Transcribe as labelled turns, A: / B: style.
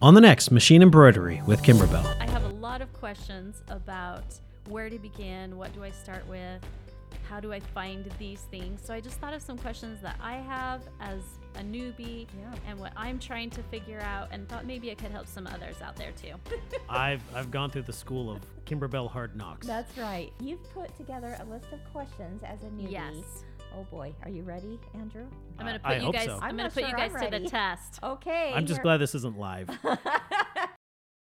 A: on the next Machine Embroidery with Kimber Bell.
B: I have a lot of questions about where to begin, what do I start with, how do I find these things. So I just thought of some questions that I have as a newbie
C: Yeah.
B: and what I'm trying to figure out, and thought maybe I could help some others out there too.
A: I've I've gone through the school of Kimber Bell hard knocks.
C: That's right. You've put together a list of questions as a newbie.
B: Yes.
C: Oh boy, are you ready, Andrew?
B: I'm gonna put
A: I
B: you
A: hope
B: guys.
A: so.
B: I'm,
C: I'm Oh,
B: gonna
C: not
B: put
C: sure
B: you guys
C: I'm
B: to the
C: ready.
B: test.
C: Okay.
A: I'm just glad this isn't live.
C: glad.